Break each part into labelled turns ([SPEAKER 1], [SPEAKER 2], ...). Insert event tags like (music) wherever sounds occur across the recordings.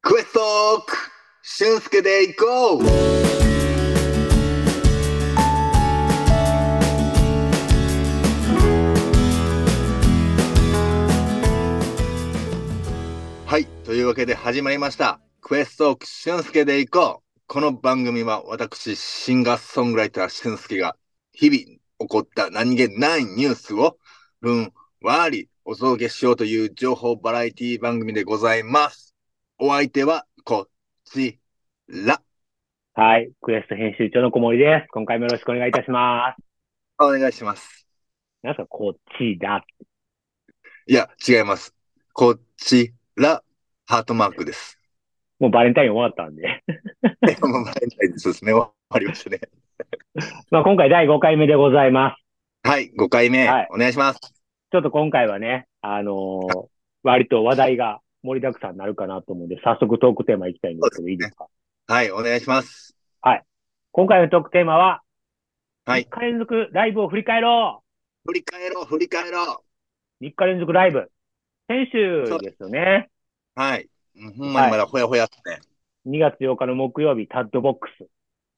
[SPEAKER 1] クエストーク俊介で行こうはい、というわけで始まりました。クエストーク俊介で行こうこの番組は私、シンガーソングライター俊介が日々起こった何気ないニュースをふんわりお届けしようという情報バラエティ番組でございます。お相手はこちら。
[SPEAKER 2] はい。クエスト編集長の小森です。今回もよろしくお願いいたします。
[SPEAKER 1] お願いします。
[SPEAKER 2] なんすか、こちら。
[SPEAKER 1] いや、違います。こちら、ハートマークです。
[SPEAKER 2] もうバレンタイン終わったんで。 (laughs)
[SPEAKER 1] いやもうバレないですね。終わりましたね。
[SPEAKER 2] まあ今回第5回目でございます。
[SPEAKER 1] はい、5回目、
[SPEAKER 2] はい
[SPEAKER 1] お願いします。
[SPEAKER 2] ちょっと今回はね、あのー割と話題が盛りだくさんになるかなと思うんで、早速トークテーマいきたいんですけど、いいですか
[SPEAKER 1] はい、お願いします。
[SPEAKER 2] 今回のトークテーマは、
[SPEAKER 1] はい
[SPEAKER 2] 3日連続ライブを振り返ろ
[SPEAKER 1] 振り返ろう、振り返ろ
[SPEAKER 2] う !3 日連続ライブ。先週ですよね。
[SPEAKER 1] う。はい。うんほんまにまだほやほやっすね。
[SPEAKER 2] 2月8日の木曜日、タッドボックス。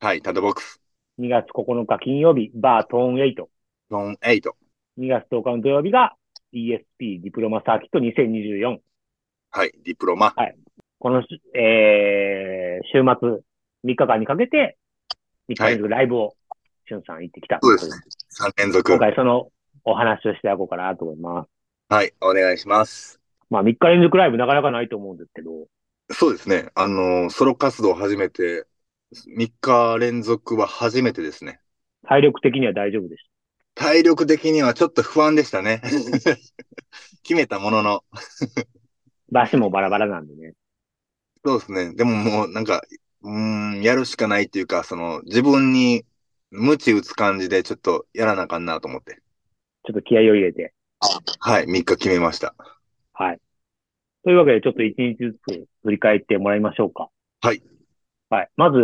[SPEAKER 1] はい、タッドボックス。
[SPEAKER 2] 2月9日金曜日、バートーンエイト。
[SPEAKER 1] ドン8。
[SPEAKER 2] 2月10日の土曜日が ESP ディプロマサーキット2024。
[SPEAKER 1] はい、ディプロマ。
[SPEAKER 2] このし、えー、週末3日間にかけて、3日連続ライブを、しゅんさん行ってきたということ
[SPEAKER 1] そう3連続
[SPEAKER 2] 今。回そのお話をしていこうかなと思います。
[SPEAKER 1] はい、お願いします。
[SPEAKER 2] まあ3日連続ライブなかなかないと思うんですけど、
[SPEAKER 1] そうですね。あのーソロ活動を始めて、3日連続は初めてですね。
[SPEAKER 2] 体力的には大丈夫でし
[SPEAKER 1] 体力的にはちょっと不安でしたね。 (laughs) 決めたものの。
[SPEAKER 2] た。場所もバラバラなんでね。
[SPEAKER 1] そうですね。でももうなんか、うーん、やるしかないっていうか、その自分に鞭打つ感じでちょっとやらなあかんなと思って。
[SPEAKER 2] ちょっと気合を入れて。
[SPEAKER 1] はい、3日決めました。
[SPEAKER 2] はい。というわけで、ちょっと一日ずつ振り返ってもらいましょうか。
[SPEAKER 1] はい。
[SPEAKER 2] はい。まず、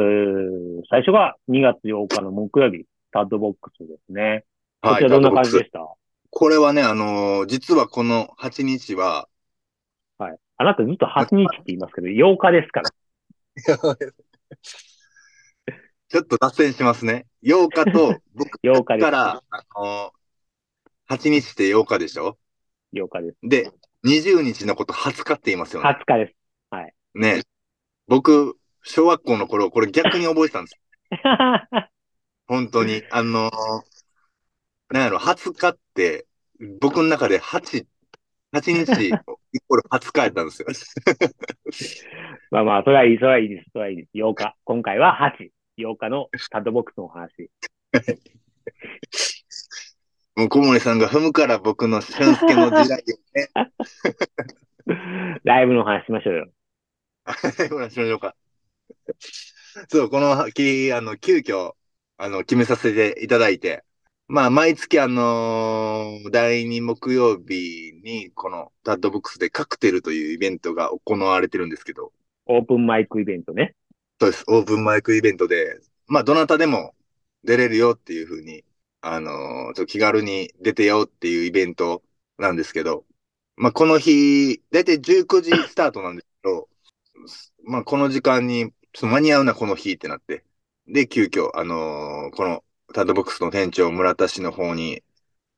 [SPEAKER 2] 最初が2月8日の木曜日、タッドボックスですね。こ
[SPEAKER 1] は
[SPEAKER 2] ち
[SPEAKER 1] い、
[SPEAKER 2] らどんな感
[SPEAKER 1] ダブ
[SPEAKER 2] じ
[SPEAKER 1] ルボッ
[SPEAKER 2] で
[SPEAKER 1] クス
[SPEAKER 2] した
[SPEAKER 1] これはね、あのー実はこの8日は、
[SPEAKER 2] (laughs) はい。あなたずっと8日って言いますけど、8日ですから。
[SPEAKER 1] ちょっと脱線しますね。8日
[SPEAKER 2] (laughs)
[SPEAKER 1] と、僕
[SPEAKER 2] 8日です。
[SPEAKER 1] から、あのー、8日って8日でしょ
[SPEAKER 2] 8日です。
[SPEAKER 1] で、20日のこと20日って言いますよね
[SPEAKER 2] 20。日です。 (laughs)
[SPEAKER 1] ね僕、小学校の頃、これ逆に覚えてたんです。本当に。あのー、なんやろ、20日って、僕の中で8、8日イコール20日やったんですよ。
[SPEAKER 2] まあまあ、それはいい、それはいいです。それはいいです。8日。今回は8。8日のタッドボックスのお話。
[SPEAKER 1] もう小森さんが踏むから僕の俊介の時代をね、
[SPEAKER 2] ライブのお話しましょうよ。
[SPEAKER 1] (laughs) ご覧しましょうか。そう、この秋、あの、急遽、あの、決めさせていただいて、まあ、毎月、あのー第2木曜日に、このタッドブックスでカクテルというイベントが行われてるんですけど、
[SPEAKER 2] オープンマイクイベントね。
[SPEAKER 1] そうです。オープンマイクイベントで、まあ、どなたでも出れるよっていうふうに、あのーちょっと気軽に出てよっていうイベントなんですけど、まあ、この日、だいたい19時スタートなんですけど、まあ、この時間に、ちょっと間に合うな、この日ってなって。で、急遽、あのーこの、タッドボックスの店長、村田氏の方に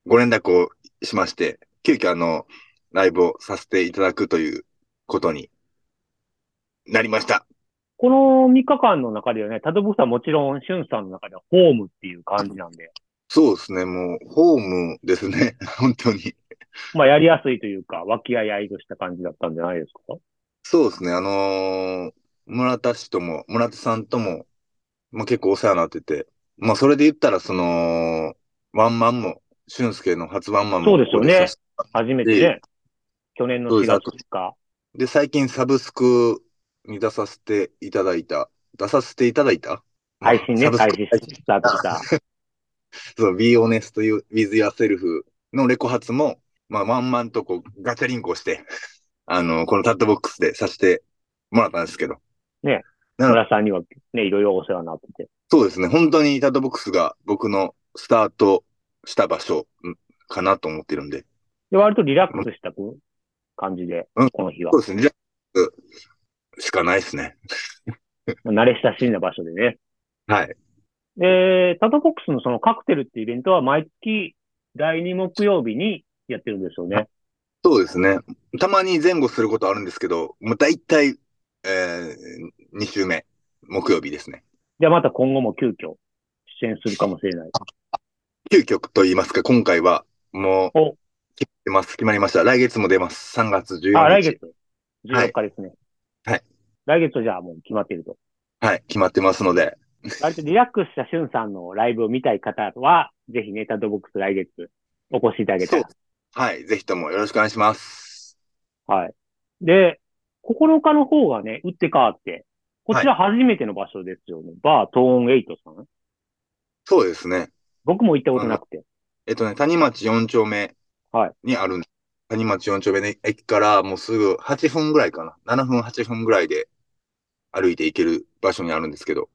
[SPEAKER 1] ご連絡をしまして、急遽、あの、ライブをさせていただくということになりました。
[SPEAKER 2] この3日間の中ではね、タッドボックスはもちろん、しゅんさんの中ではホームっていう感じなんで、
[SPEAKER 1] そうですね、もう、ホームですね、 (laughs) 本当に。
[SPEAKER 2] まあやりやすいというか、和気あいあいとした感じだったんじゃないですか
[SPEAKER 1] そうですね、あのー村田氏とも、村田さんとも、まあ、結構お世話になってて、まあ、それで言ったら、その、ワンマンも、俊介の初ワンマンも
[SPEAKER 2] そうですよね
[SPEAKER 1] ここでさせ
[SPEAKER 2] 初めて
[SPEAKER 1] え
[SPEAKER 2] ね、去年の4月2日。
[SPEAKER 1] で、最近サブスクに出させていただいた、出させていただいた
[SPEAKER 2] 配信ね、
[SPEAKER 1] サブス
[SPEAKER 2] 開
[SPEAKER 1] ク
[SPEAKER 2] 始スタートした。
[SPEAKER 1] そう、Be Honest You- with Yourself のレコ発も、まあ、ワンマンとこう、ガチャリンコして、あの、このタッドボックスでさせてもらったんですけど。
[SPEAKER 2] 村さんにはね、いろいろお世話になってて。
[SPEAKER 1] そうですね。本当にタッドボックスが僕のスタートした場所んかなと思ってるんで。
[SPEAKER 2] で、割とリラックスしたこう感じで
[SPEAKER 1] うん、
[SPEAKER 2] この日は
[SPEAKER 1] そう。ですね。リラックスしかないですね。
[SPEAKER 2] まあ慣れ親しんだ場所でね。
[SPEAKER 1] はい。
[SPEAKER 2] で、タトボックスのそのカクテルっていうイベントは毎月第2木曜日にやってるんですよね。
[SPEAKER 1] そうですね。たまに前後することあるんですけど、もう大体、えー、2週目、木曜日ですね。
[SPEAKER 2] じゃあまた今後も急遽出演するかもしれない。
[SPEAKER 1] 究極と言いますか、今回はもう
[SPEAKER 2] お、
[SPEAKER 1] 決まってます。決まりました。来月も出ます。3月14日。
[SPEAKER 2] あ、来月。14日ですね。
[SPEAKER 1] はい。
[SPEAKER 2] 来月はじゃあもう決まっていると。
[SPEAKER 1] はい、決まってますので。
[SPEAKER 2] 割とリラックスしたしゅんさんのライブを見たい方は、ぜひね、タトボックス来月お越しいただけたら。
[SPEAKER 1] はい、ぜひともよろしくお願いします。
[SPEAKER 2] はい。で、9日の方がね、打って変わって、こちら初めての場所ですよね。バートーンエイトさん。
[SPEAKER 1] そうですね。
[SPEAKER 2] 僕も行ったことなくて。
[SPEAKER 1] えっとね、谷町4丁目
[SPEAKER 2] はい
[SPEAKER 1] にあるんです、谷町4丁目の駅からもうすぐ8分ぐらいかな。7分、8分ぐらいで歩いて行ける場所にあるんですけど。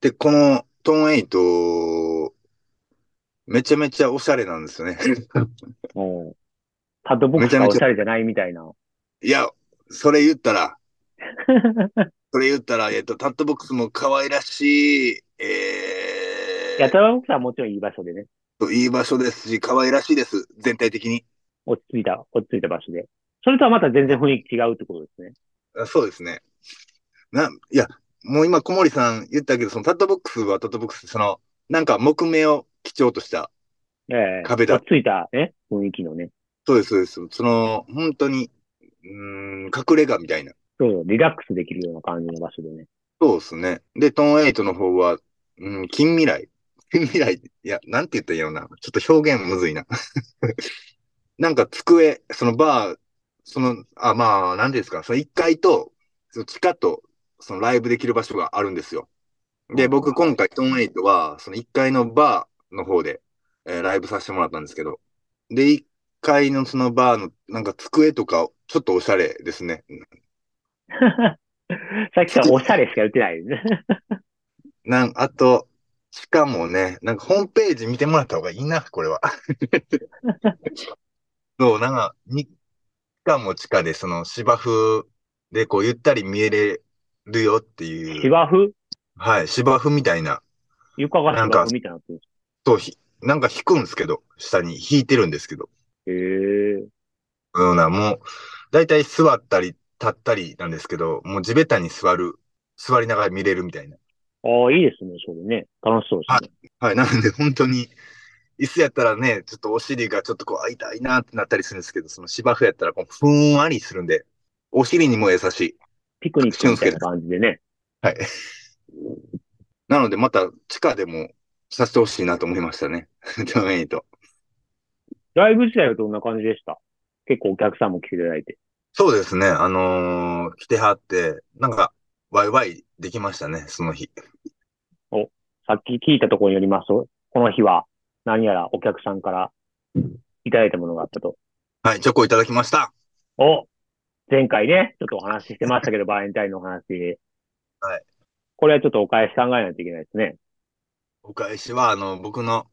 [SPEAKER 1] で、このトーンエイト、めちゃめちゃおしゃれなんですよね。 (laughs)
[SPEAKER 2] うんタトボックスがおしゃれじゃないみたいな。 (laughs)
[SPEAKER 1] いや、それ言ったら、それ言ったら、えっと、タットボックスも可愛らしい、え
[SPEAKER 2] い
[SPEAKER 1] ー、
[SPEAKER 2] や、タトボックスはもちろんいい場所でね。
[SPEAKER 1] といい場所ですし、可愛らしいです。全体的に。
[SPEAKER 2] 落ち着いた、落ち着いた場所で。それとはまた全然雰囲気違うってことですね。
[SPEAKER 1] あそうですね。な、いや、もう今、小森さん言ったけど、そのタットボックスはタットボックス、その、なんか木目を基調とした。
[SPEAKER 2] ええ
[SPEAKER 1] 壁だ
[SPEAKER 2] 落ち着いたね、雰囲気のね。
[SPEAKER 1] そうです、そうです。その、本当に、うーん、隠れ家みたいな。
[SPEAKER 2] そう、リラックスできるような感じの場所でね。 (laughs)
[SPEAKER 1] そうですね。で、トーンエイトの方は、うん、近未来。近未来、いや、なんて言ったらいいのな。ちょっと表現むずいな。 (laughs) なんか机、そのバー、その、あ、まあ、なんていうんですか、その1階と、その地下と、そのライブできる場所があるんですよ。で、僕今回トーンエイトは、その1階のバーの方で、えーライブさせてもらったんですけど、で、1階のそのバーの、なんか机とか、ちょっとおしゃれですね。
[SPEAKER 2] さっきからおしゃれしか言ってないね。
[SPEAKER 1] なん、あと、しかもね、なんかホームページ見てもらった方がいいな、これは。そう、なんか、に、地下も地下で、その芝生で、こう、ゆったり見えれるよっていう、
[SPEAKER 2] 芝生
[SPEAKER 1] はい、芝生みたいな、
[SPEAKER 2] 床が
[SPEAKER 1] なんか
[SPEAKER 2] 芝生みたいになってるんで
[SPEAKER 1] そう、ひ、なんか引くんですけど、下に引いてるんですけど、
[SPEAKER 2] す。へえ。
[SPEAKER 1] うんな、もう、だいたい座ったり、立ったりなんですけど、もう地べたに座る、座りながら見れるみたいな。
[SPEAKER 2] ああ、いいですね、それね。楽しそうですね。
[SPEAKER 1] はい。なので、本当に、椅子やったらね、ちょっとお尻がちょっとこう、あ痛いなってなったりするんですけど、その芝生やったら、こう、ふんわりするんで、お尻にも優しい。
[SPEAKER 2] ピクニックみたいな感じでね。
[SPEAKER 1] はい。なので、また、地下でもさせてほしいなと思いましたね。 (laughs) ダメイと。
[SPEAKER 2] ライブ自体はどんな感じでした結構お客さんも来ていただいて。
[SPEAKER 1] そうですね。あのー来てはって、なんか、ワイワイできましたね、その日。
[SPEAKER 2] さっき聞いたところによりますと、この日は何やらお客さんからいただいたものがあったと。
[SPEAKER 1] はい、チョコいただきました。
[SPEAKER 2] お前回ね、ちょっとお話ししてましたけど、バレンタインのお話。
[SPEAKER 1] はい。
[SPEAKER 2] これはちょっとお返し考えないといけないですね。 (laughs)
[SPEAKER 1] お返しは、あの、僕の、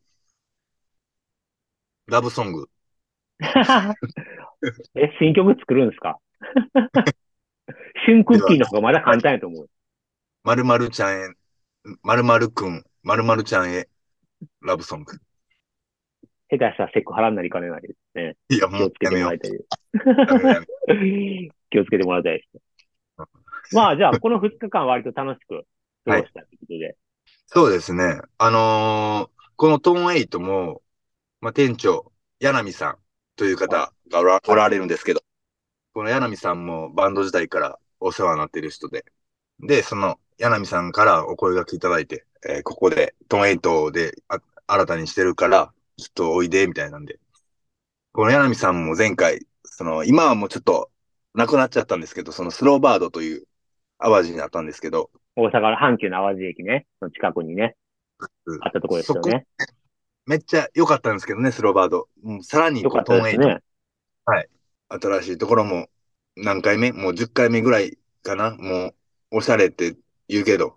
[SPEAKER 1] ラブソング。
[SPEAKER 2] え、新曲作るんで
[SPEAKER 1] (laughs)
[SPEAKER 2] すか旬クッキーの方がまだ簡単やと思う。
[SPEAKER 1] まるまるちゃんへ、まるまるくん、まるまるちゃんへ、ラブソング。
[SPEAKER 2] 下手したらセクハラになりかねないですね。
[SPEAKER 1] (laughs) いや、
[SPEAKER 2] 気
[SPEAKER 1] も
[SPEAKER 2] を
[SPEAKER 1] う
[SPEAKER 2] つけ
[SPEAKER 1] や
[SPEAKER 2] て
[SPEAKER 1] めよ
[SPEAKER 2] もら
[SPEAKER 1] う
[SPEAKER 2] い。たいです。
[SPEAKER 1] やめよう (laughs) やめよ
[SPEAKER 2] (laughs) 気をつけてもらいたいです。まあ、じゃあ、この2日間割と楽しく過ごしたということで。
[SPEAKER 1] うそうですね。あのーこのトーンエイトも、まあ、店長、柳さんという方がおらおられるんですけど、この柳さんもバンド時代からお世話になっている人で、で、その柳さんからお声がけいただいて、えーここでトーンエイトであ新たにしてるから、ちょっとおいで、みたいなんで。この柳さんも前回、その、今はもうちょっとなくなっちゃったんですけど、そのスローバードという淡路にあったんですけど、
[SPEAKER 2] 大阪の阪急の淡路駅ね、の近くにね、
[SPEAKER 1] うん
[SPEAKER 2] あったところですよ
[SPEAKER 1] そ
[SPEAKER 2] ね。
[SPEAKER 1] めっちゃ良かったんですけどね、スローバード。うん、さらに
[SPEAKER 2] よ
[SPEAKER 1] こう
[SPEAKER 2] かっ
[SPEAKER 1] ト
[SPEAKER 2] た
[SPEAKER 1] ーン
[SPEAKER 2] で
[SPEAKER 1] エイ
[SPEAKER 2] す
[SPEAKER 1] ト
[SPEAKER 2] ね。
[SPEAKER 1] 新しいところも何回目もう10回目ぐらいかなもう、おしゃれって言うけ
[SPEAKER 2] (laughs)
[SPEAKER 1] ど。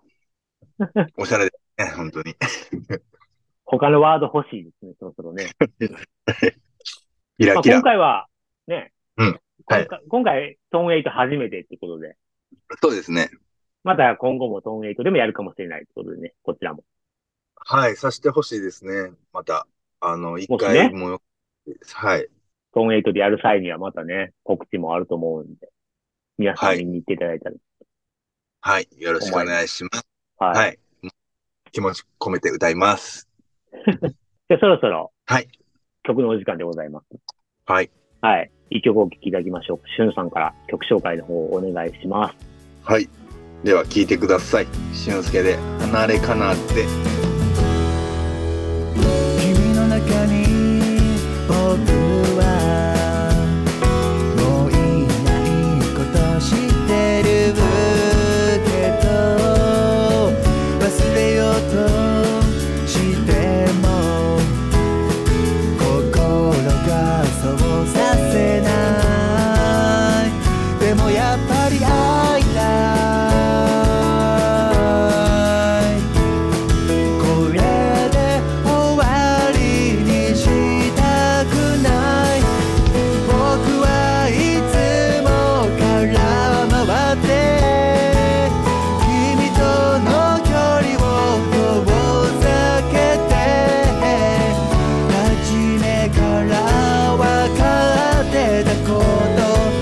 [SPEAKER 1] おしゃれですね、本当に。
[SPEAKER 2] 他のワード欲しいですね、そろそろね。
[SPEAKER 1] キ
[SPEAKER 2] ま
[SPEAKER 1] ラ
[SPEAKER 2] あ
[SPEAKER 1] キラ
[SPEAKER 2] 今。回は、ね、
[SPEAKER 1] うん
[SPEAKER 2] 今
[SPEAKER 1] はい
[SPEAKER 2] 回今回、トーンエイト初めてってことで、
[SPEAKER 1] そうですね。
[SPEAKER 2] また今後もトーンエイトでもやるかもしれないということでね、こちらも。
[SPEAKER 1] はい、さしてほしいですね。また、あの、一
[SPEAKER 2] もしね
[SPEAKER 1] 回もよ、はい。
[SPEAKER 2] トーンエイトでやる際にはまたね、告知もあると思うんで、皆さん見に行っていただいたら。
[SPEAKER 1] はい。よろしくお願いします。
[SPEAKER 2] はい。
[SPEAKER 1] はい。気持ち込めて歌います。
[SPEAKER 2] じゃあそろそろ、
[SPEAKER 1] はい。
[SPEAKER 2] 曲のお時間でございます。
[SPEAKER 1] はい。
[SPEAKER 2] はい。一曲お聴きいただきましょう。しゅんさんから曲紹介の方をお願いします。
[SPEAKER 1] はい。では、聴いてください。俊介で、離れかなって。
[SPEAKER 3] 君の中に僕はもういないこと知ってるけど忘れようとしても心がそうさせないでもやっぱり会いたい「これで終わりにしたくない」「僕はいつもから回って」「君との距離を遠ざけて」「初めから分かってたこと」「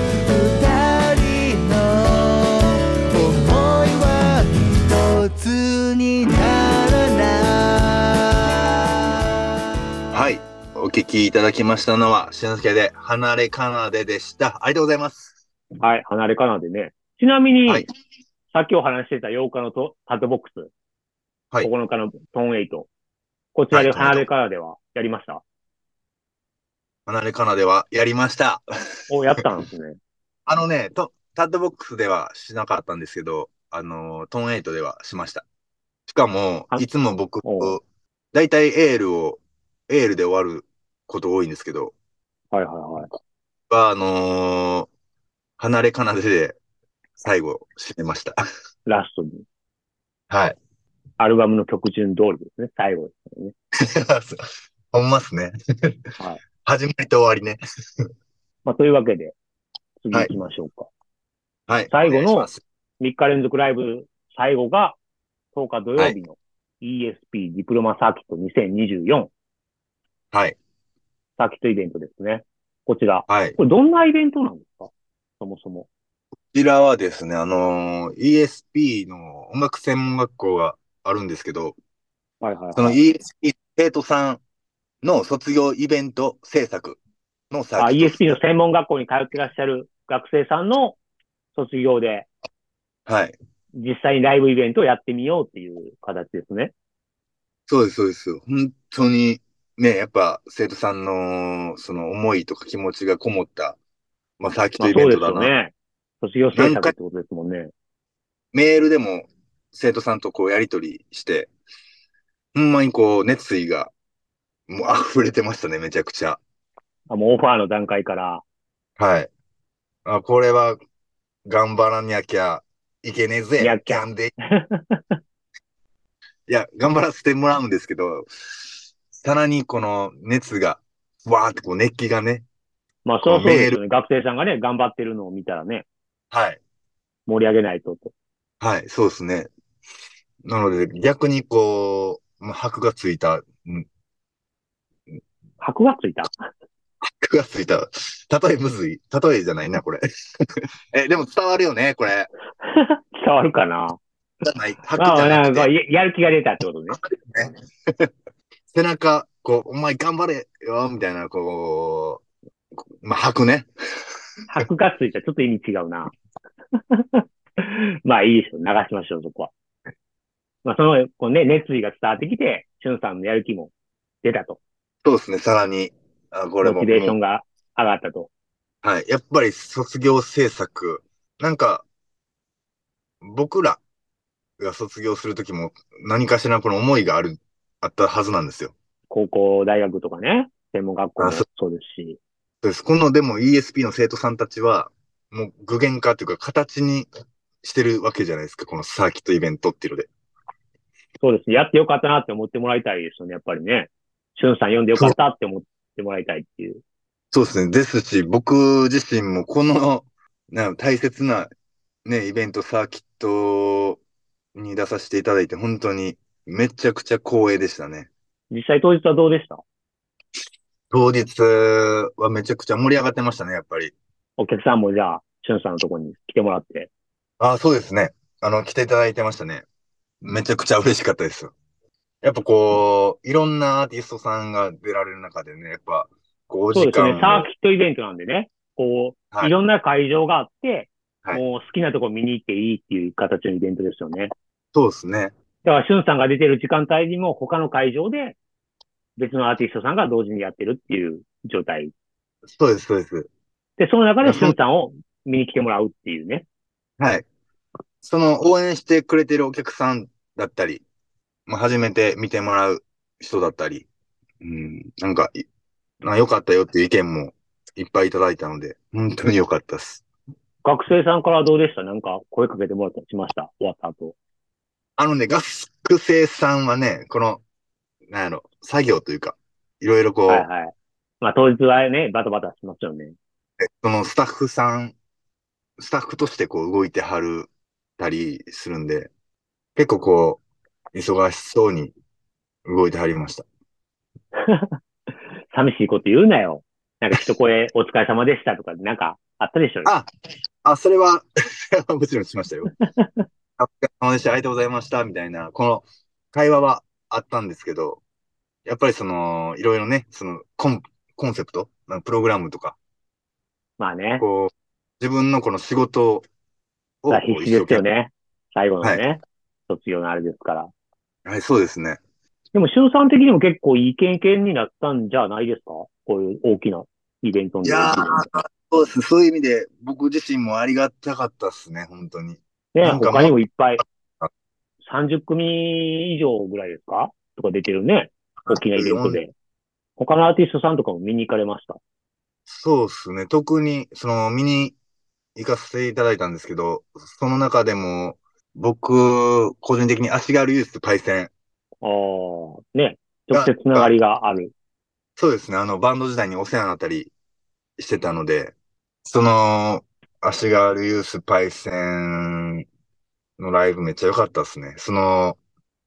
[SPEAKER 3] 二人の想いは一つにならない」
[SPEAKER 1] はい。お聴きいただきましたのは、俊介で、離れかなででした。ありがとうございます。
[SPEAKER 2] はい。離れかなでね。ちなみに、
[SPEAKER 1] はい
[SPEAKER 2] さっきお話ししてた8日のとタットボックス。
[SPEAKER 1] はい
[SPEAKER 2] 9日のトーンエイト。こちらで
[SPEAKER 1] はい
[SPEAKER 2] 離れかなではやりました。
[SPEAKER 1] 離れかなでは、やりました。
[SPEAKER 2] お、やったんですね。
[SPEAKER 1] あのね、とタッドボックスではしなかったんですけど、あの、トーンエイトではしました。しかも
[SPEAKER 2] あ、
[SPEAKER 1] いつも僕
[SPEAKER 2] お、
[SPEAKER 1] だいたいエールを、エールで終わること多いんですけど、
[SPEAKER 2] はいはいはい。
[SPEAKER 1] あのー離れ奏でで最後締めました。
[SPEAKER 2] ラストに。
[SPEAKER 1] はい。
[SPEAKER 2] アルバムの曲順通りですね。最後ですね。
[SPEAKER 1] (laughs) ほんまっすね。
[SPEAKER 2] はい
[SPEAKER 1] (laughs) 始まりと終わりね。
[SPEAKER 2] まあ、というわけで、次
[SPEAKER 1] はい
[SPEAKER 2] 行きましょうか。
[SPEAKER 1] はい。
[SPEAKER 2] 最後の
[SPEAKER 1] お願いします
[SPEAKER 2] 3日連続ライブ、最後が10日土曜日の ESP ディプロマサーキット2024
[SPEAKER 1] はい。
[SPEAKER 2] サーキットイベントですね。こちら。
[SPEAKER 1] はい。
[SPEAKER 2] これどんなイベントなんですかそもそも。
[SPEAKER 1] こちらはですね、あのー ESP の音楽専門学校があるんですけど、
[SPEAKER 2] はいはい、はい。
[SPEAKER 1] その ESP 生徒さんの卒業イベント制作のサ
[SPEAKER 2] あ
[SPEAKER 1] ーキット。
[SPEAKER 2] ESP の専門学校に通ってらっしゃる学生さんの卒業で
[SPEAKER 1] はい。
[SPEAKER 2] 実際にライブイベントをやってみようっていう形ですね。
[SPEAKER 1] そうです、そうです。本当に、ね、やっぱ生徒さんのその思いとか気持ちがこもった、まあ、サーキッ
[SPEAKER 2] ま
[SPEAKER 1] ト
[SPEAKER 2] あ
[SPEAKER 1] イ
[SPEAKER 2] そ
[SPEAKER 1] ベ
[SPEAKER 2] う
[SPEAKER 1] ント
[SPEAKER 2] です
[SPEAKER 1] だ
[SPEAKER 2] よ
[SPEAKER 1] な。
[SPEAKER 2] ね。卒業制作ってことですもんね。
[SPEAKER 1] メールでも生徒さんとこうやりとりして、ほんまにこう熱意がもう溢れてましたね、めちゃくちゃ。
[SPEAKER 2] あもうオファーの段階から。
[SPEAKER 1] はい。あ、これは頑張らにゃきゃいけねえぜ。
[SPEAKER 2] にゃきゃ
[SPEAKER 1] キャンで。 (laughs) いや、頑張らせてもらうんですけど、さらにこの熱が、わーってこう熱気がね、
[SPEAKER 2] まあそうそうです
[SPEAKER 1] メ
[SPEAKER 2] よね。学生さんがね、頑張ってるのを見たらね、
[SPEAKER 1] はい。
[SPEAKER 2] 盛り上げないとと。
[SPEAKER 1] はい、そうですね。なので、逆にこう、まあ、箔がついた、うん
[SPEAKER 2] 箔がついた。
[SPEAKER 1] 箔がついた、例えむずい、例えじゃないな、これ。 (laughs) え、でも伝わるよね、これ。
[SPEAKER 2] 伝わるかな
[SPEAKER 1] じゃない、箔
[SPEAKER 2] まあ
[SPEAKER 1] じゃな
[SPEAKER 2] なん
[SPEAKER 1] く
[SPEAKER 2] か
[SPEAKER 1] て、
[SPEAKER 2] ややる気が出たってことね。
[SPEAKER 1] 背中、こう、お前頑張れよ、みたいな、こう、まあ、箔ね。
[SPEAKER 2] 箔がついた。ちょっと意味違うな。 (laughs) まあいいですよ。流しましょう、そこは。まあその、こうね、熱意が伝わってきて、しゅんさんのやる気も出たと。
[SPEAKER 1] そうですね、さらに。あ、これ
[SPEAKER 2] モ
[SPEAKER 1] も
[SPEAKER 2] チベーションが上がったと。
[SPEAKER 1] はい。やっぱり卒業制作。なんか、僕らが卒業するときも何かしらこの思いがある、あったはずなんですよ。
[SPEAKER 2] 高校、大学とかね、専門学校も
[SPEAKER 1] あそ
[SPEAKER 2] そうですし。
[SPEAKER 1] そうです。このでも ESP の生徒さんたちは、もう具現化というか形にしてるわけじゃないですか。このサーキットイベントっていうので。
[SPEAKER 2] そうですね。やってよかったなって思ってもらいたいですよね、やっぱりね。しゅんさん読んでよかったって思ってもらいたいっていう。
[SPEAKER 1] (laughs) そうですね。ですし、僕自身もこの、なん大切なね、イベント、サーキットに出させていただいて、本当にめちゃくちゃ光栄でしたね。
[SPEAKER 2] 実際当日はどうでした
[SPEAKER 1] 当日はめちゃくちゃ盛り上がってましたね、やっぱり。
[SPEAKER 2] お客さんもじゃあ、しゅんさんのとこに来てもらって。
[SPEAKER 1] あ、そうですね。あの、来ていただいてましたね。めちゃくちゃ嬉しかったです。やっぱこう、いろんなアーティストさんが出られる中でね、やっぱ、こう、お
[SPEAKER 2] そう
[SPEAKER 1] 時
[SPEAKER 2] ですね
[SPEAKER 1] 間。
[SPEAKER 2] サー
[SPEAKER 1] を、
[SPEAKER 2] キットイベントなんでね。こう、
[SPEAKER 1] はい
[SPEAKER 2] い、ろんな会場があって、
[SPEAKER 1] はい
[SPEAKER 2] もう好きなとこ見に行っていいっていう形のイベントですよね。
[SPEAKER 1] そうですね。
[SPEAKER 2] だから、しゅんさんが出てる時間帯にも他の会場で別のアーティストさんが同時にやってるっていう状態。
[SPEAKER 1] そうです、そうです。
[SPEAKER 2] で、その中
[SPEAKER 1] い
[SPEAKER 2] で
[SPEAKER 1] や
[SPEAKER 2] し
[SPEAKER 1] そ
[SPEAKER 2] ゅ
[SPEAKER 1] うん
[SPEAKER 2] さんを見に来てもらうっていうね。
[SPEAKER 1] はい。その応援してくれてるお客さんだったり、まあ、初めて見てもらう人だったり、うん、なんかい、な良かったよっていう意見もいっぱいいただいたので、本当に良かったです。
[SPEAKER 2] 学生さんからどうでしたなんか声かけてもらったりしました終わった後。
[SPEAKER 1] あのね、学生さんはね、この、なんやろ、作業というか、いろいろこう、
[SPEAKER 2] はいはい。まあ当日はね、バタバタしますよね。
[SPEAKER 1] そのスタッフさん、スタッフとしてこう動いてはるたりするんで、結構こう、忙しそうに動いてはりました。
[SPEAKER 2] 寂しいこと言うなよ。なんか一声お疲れ様でしたとか、なんかあったでしょうよ
[SPEAKER 1] ああ、それは、 (laughs) それはもちろんしましたよ。お疲れ様でした。ありがとうございました。みたいな、この会話はあったんですけど、やっぱりその、いろいろね、その、コン、コンセプト、なんかプログラムとか、
[SPEAKER 2] まあね。
[SPEAKER 1] こう、自分のこの仕事を、
[SPEAKER 2] まあ
[SPEAKER 1] こう
[SPEAKER 2] 必死ですよ
[SPEAKER 1] 懸命。
[SPEAKER 2] ね。最後のね、卒業のあれですから。
[SPEAKER 1] はい、そうですね。
[SPEAKER 2] でも、周さん的にも結構いい経験になったんじゃないですかこういう大きなイベントの
[SPEAKER 1] いや
[SPEAKER 2] 時に
[SPEAKER 1] ー、そうです。そういう意味で、僕自身もありがたかったっすね、本当に。
[SPEAKER 2] ね、
[SPEAKER 1] なんかも
[SPEAKER 2] 他にもいっぱい
[SPEAKER 1] あ、
[SPEAKER 2] 30組以上ぐらいですかとか出てるね。大きなイベントで。他のアーティストさんとかも見に行かれました。
[SPEAKER 1] そうですね。特に、その、見に行かせていただいたんですけど、その中でも、僕、個人的に足軽ユースパイセン。
[SPEAKER 2] ああ、ね、直接つながりがある。
[SPEAKER 1] そうですね。あの、バンド時代にお世話になったりしてたので、その、足軽ユースパイセンのライブめっちゃ良かったですね。その、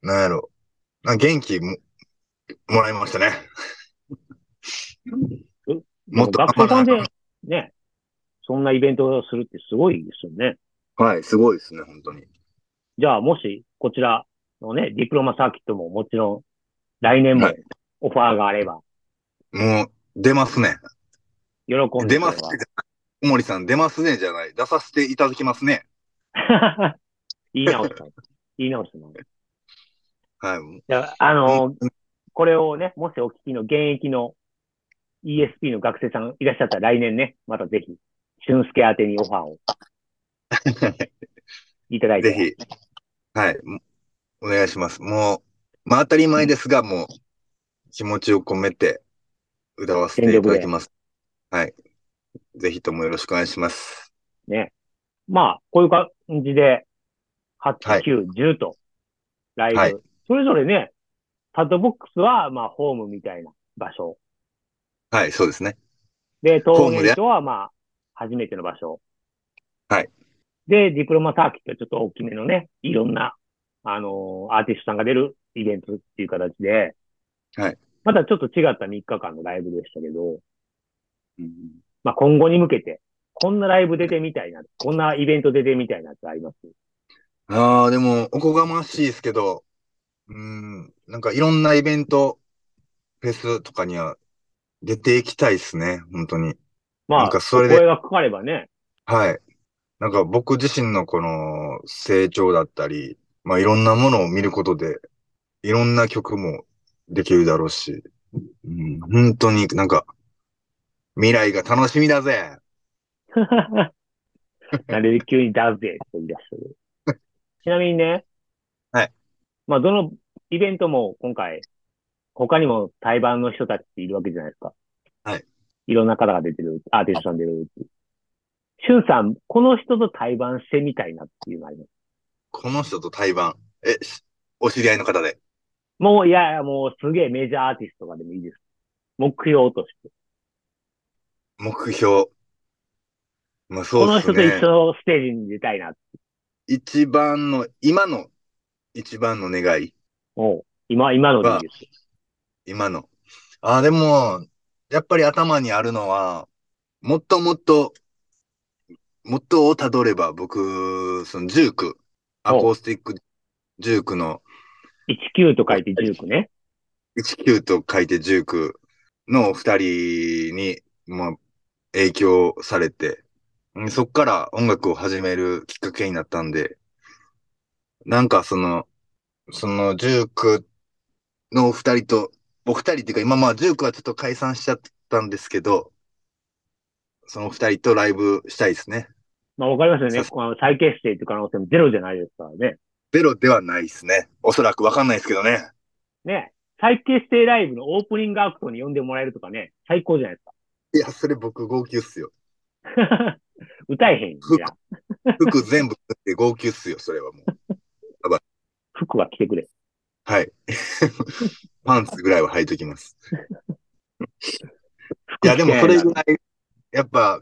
[SPEAKER 1] なんやろ。なんか元気も、もらいましたね。もっと
[SPEAKER 2] 学生さ
[SPEAKER 1] 頑
[SPEAKER 2] ん
[SPEAKER 1] 張ら
[SPEAKER 2] で
[SPEAKER 1] な、
[SPEAKER 2] ね、そんなイベントをするってすごいですよね。
[SPEAKER 1] はい、すごいですね、本当に。
[SPEAKER 2] じゃあ、もし、こちらのね、ディプロマサーキットももちろん、来年も
[SPEAKER 1] はい
[SPEAKER 2] オファーがあれば、
[SPEAKER 1] もう、出ますね。
[SPEAKER 2] 喜ん
[SPEAKER 1] 出
[SPEAKER 2] でくれ
[SPEAKER 1] ますね。小森さん、出ますねじゃない。出させていただきますね。
[SPEAKER 2] ば (laughs) 言い直した。言い直したな。
[SPEAKER 1] はい。
[SPEAKER 2] だからあのーこれをね、もしお聞きの現役の ESP の学生さんいらっしゃったら来年ね、またぜひ、俊介宛てにオファーをいただいて。
[SPEAKER 1] ぜひ、はい。もお願いします。もう、まあ当たり前ですが、もう、気持ちを込めて歌わせていただきます。はい。ぜひともよろしくお願いします。
[SPEAKER 2] まあ、こういう感じで、8、
[SPEAKER 1] はい
[SPEAKER 2] 9、10と、ライブ、
[SPEAKER 1] はい
[SPEAKER 2] それぞれね、パッドボックスは、まあ、ホームみたいな場所。
[SPEAKER 1] はい、そうですね。
[SPEAKER 2] で、
[SPEAKER 1] ホ
[SPEAKER 2] 桃
[SPEAKER 1] ームで
[SPEAKER 2] 源町は、まあ、初めての場所。
[SPEAKER 1] はい。
[SPEAKER 2] で、ディプロマサーキットはちょっと大きめのね、いろんな、あのーアーティストさんが出るイベントっていう形で、
[SPEAKER 1] はい。
[SPEAKER 2] またちょっと違った3日間のライブでしたけど、まあ、今後に向けて、こんなライブ出てみたいな、こんなイベント出てみたいなってあります
[SPEAKER 1] ああ、でも、おこがましいですけど、うーん、なんかいろんなイベント、フェスとかには出ていきたいですね、本当に。
[SPEAKER 2] ま
[SPEAKER 1] な
[SPEAKER 2] あ、
[SPEAKER 1] ん
[SPEAKER 2] 声
[SPEAKER 1] かそれで
[SPEAKER 2] がかかればね、
[SPEAKER 1] はい。なんか僕自身のこの成長だったり、まあいろんなものを見ることで、いろんな曲もできるだろうし、うん、本当になんか、未来が楽しみだぜ
[SPEAKER 2] (laughs) なるべく急にダぜって言い出してる。
[SPEAKER 1] (laughs)
[SPEAKER 2] ちなみにね。
[SPEAKER 1] はい。
[SPEAKER 2] まあ、どのイベントも今回、他にも対バンの人たちっているわけじゃないですか。
[SPEAKER 1] はい。
[SPEAKER 2] いろんな方が出てる、アーティストさん出る。しゅんさん、この人と対バンしてみたいなっていうのあります。
[SPEAKER 1] この人と対バン。え、しお知り合いの方で。
[SPEAKER 2] もう、いやいや、もうすげえメジャーアーティストとかでもいいです。目標として。
[SPEAKER 1] 目標。まあ
[SPEAKER 2] こ
[SPEAKER 1] そう
[SPEAKER 2] の
[SPEAKER 1] です
[SPEAKER 2] 人と一
[SPEAKER 1] ね。
[SPEAKER 2] 緒のステージに出たいな。
[SPEAKER 1] 一番の、今の一番の願い。
[SPEAKER 2] おう今、今のでいいです。
[SPEAKER 1] 今の。ああ、でも、やっぱり頭にあるのは、もっともっと、もっとをたどれば、僕、その19、アコースティック19の
[SPEAKER 2] 19と書いて19ね。
[SPEAKER 1] 19と書いて19のお二人に、まあ、影響されて、うんそっから音楽を始めるきっかけになったんで、なんかその、その19のお二人と、お二人っていうか今まあ19はちょっと解散しちゃったんですけど、そのお二人とライブしたいですね。
[SPEAKER 2] まあ、わかりますよ
[SPEAKER 1] そ
[SPEAKER 2] ね
[SPEAKER 1] う。そ
[SPEAKER 2] この再結成という可能性もゼロじゃないですからね。
[SPEAKER 1] ベロではないですね。おそらくわかんないですけどね。
[SPEAKER 2] ね。再結成ライブのオープニングアクトに呼んでもらえるとかね、最高じゃないです
[SPEAKER 1] いや、それ僕号泣っすよ。
[SPEAKER 2] か。 (laughs) 歌えへんじゃん。
[SPEAKER 1] 服全部作って号泣っすよ、それはもう。
[SPEAKER 2] 服は着てくれ。
[SPEAKER 1] はい。 (laughs) パンツぐらいは履いときます。い
[SPEAKER 2] 服
[SPEAKER 1] や、でもそれ
[SPEAKER 2] 着て
[SPEAKER 1] ぐらい、やっぱ、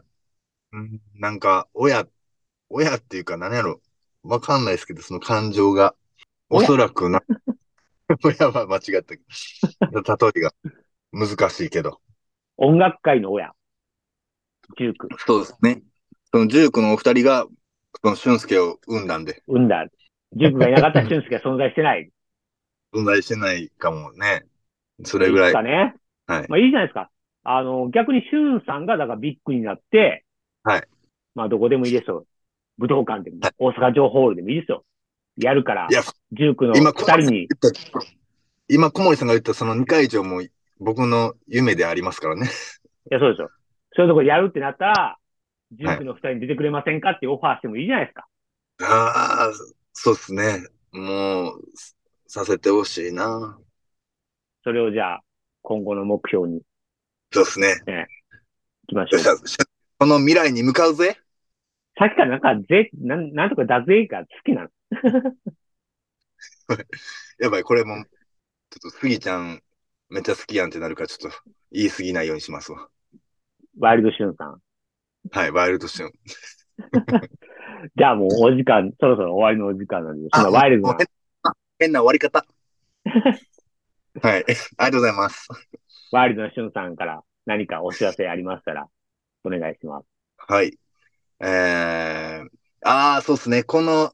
[SPEAKER 1] うんなんか、親、親っていうか何やろ、わかんないですけど、その感情が、お
[SPEAKER 2] 親
[SPEAKER 1] そらくな、 (laughs) 親は間違ったけど、例えが難しいけど。
[SPEAKER 2] 音楽界の親。19。
[SPEAKER 1] そうですね。その19のお二人が、その俊介を生んだんで、
[SPEAKER 2] 生んだ。19がいなかったら俊介は存在してない。
[SPEAKER 1] 存在してないかもね。そ
[SPEAKER 2] そ
[SPEAKER 1] (laughs) れぐらい。
[SPEAKER 2] かね。
[SPEAKER 1] はい。
[SPEAKER 2] まあいいじゃないですか。あの、逆に俊さんが、だからビッグになって、
[SPEAKER 1] はい。
[SPEAKER 2] まあどこでもいいですよ。武道館でも、大阪城ホールでもいいですよ。やるから
[SPEAKER 1] い、や、
[SPEAKER 2] 19の
[SPEAKER 1] 今
[SPEAKER 2] 二人に、
[SPEAKER 1] 言った今、小森さんが言ったその2回以上も僕の夢でありますからね。
[SPEAKER 2] いや、そうですよ。そういうとこやるってなったら、
[SPEAKER 1] はい
[SPEAKER 2] 19の二人に出てくれませんかっていうオファーしてもいいじゃないですか。
[SPEAKER 1] (laughs) ああ、そうっすね。もう、させてほしいな。
[SPEAKER 2] それをじゃあ、今後の目標に行
[SPEAKER 1] そうっすね。 (laughs)
[SPEAKER 2] きましょ
[SPEAKER 1] よ
[SPEAKER 2] う
[SPEAKER 1] っし。ゃこの未来に向かうぜ。
[SPEAKER 2] さっきからなんか、ぜ、なん、なんとかだぜが好きなの。
[SPEAKER 1] やばい、これも、ちょっとスギちゃんめっちゃ好きやんってなるから、ちょっと言い過ぎないようにしますわ。
[SPEAKER 2] ワイルド俊さん。
[SPEAKER 1] はい、ワイルドシュン。
[SPEAKER 2] じゃあもうお時間、そろそろ終わりのお時間なんで、そんなワイルド
[SPEAKER 1] もう
[SPEAKER 2] な
[SPEAKER 1] 変な変な終わり
[SPEAKER 2] (laughs)
[SPEAKER 1] 方。はい、ありがとうございます。
[SPEAKER 2] ワイルドなしゅんさんから何かお知らせありましたら、お願いします。
[SPEAKER 1] はい。えー、ああ、そうですね。この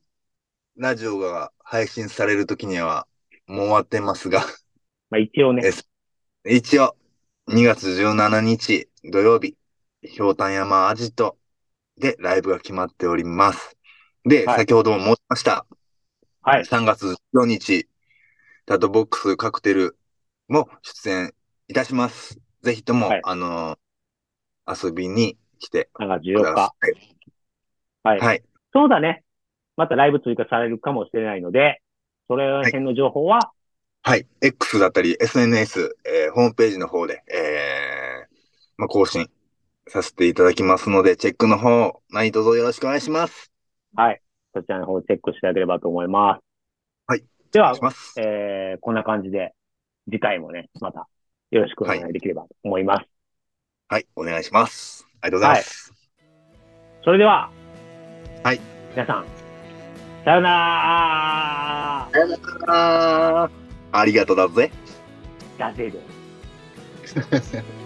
[SPEAKER 1] ラジオが配信されるときにはもう終わってますが、 (laughs)
[SPEAKER 2] まあ一応ね
[SPEAKER 1] え、一応、2月17日土曜日、ひょうたん山アジトでライブが決まっております。で、
[SPEAKER 2] はい
[SPEAKER 1] 先ほども申しました。
[SPEAKER 2] はい。
[SPEAKER 1] 3月14日、タトボックスカクテルも出演いたします。ぜひとも、
[SPEAKER 2] はい
[SPEAKER 1] あのー遊びに来て
[SPEAKER 2] なんか
[SPEAKER 1] く
[SPEAKER 2] 14
[SPEAKER 1] ださ
[SPEAKER 2] 日。
[SPEAKER 1] い。
[SPEAKER 2] はい。
[SPEAKER 1] はい
[SPEAKER 2] そうだね。またライブ追加されるかもしれないので、それら辺の情報は、
[SPEAKER 1] はい。X だったり、SNS、えーホームページの方で、えーまあ、更新させていただきますので、チェックの方、何卒よろしくお願いします。
[SPEAKER 2] はい。そちらの方をチェックしていただければと思います。
[SPEAKER 1] はい。
[SPEAKER 2] で
[SPEAKER 1] お願
[SPEAKER 2] はい
[SPEAKER 1] し、ます。
[SPEAKER 2] えー、こんな感じで、次回もね、またよろしくお願いできればと思います。
[SPEAKER 1] はい。お願いします。ありがとうございます。
[SPEAKER 2] それでは、
[SPEAKER 1] はい。
[SPEAKER 2] 皆さん、さよなら
[SPEAKER 1] さよならありがとうだぜ。
[SPEAKER 2] だぜです。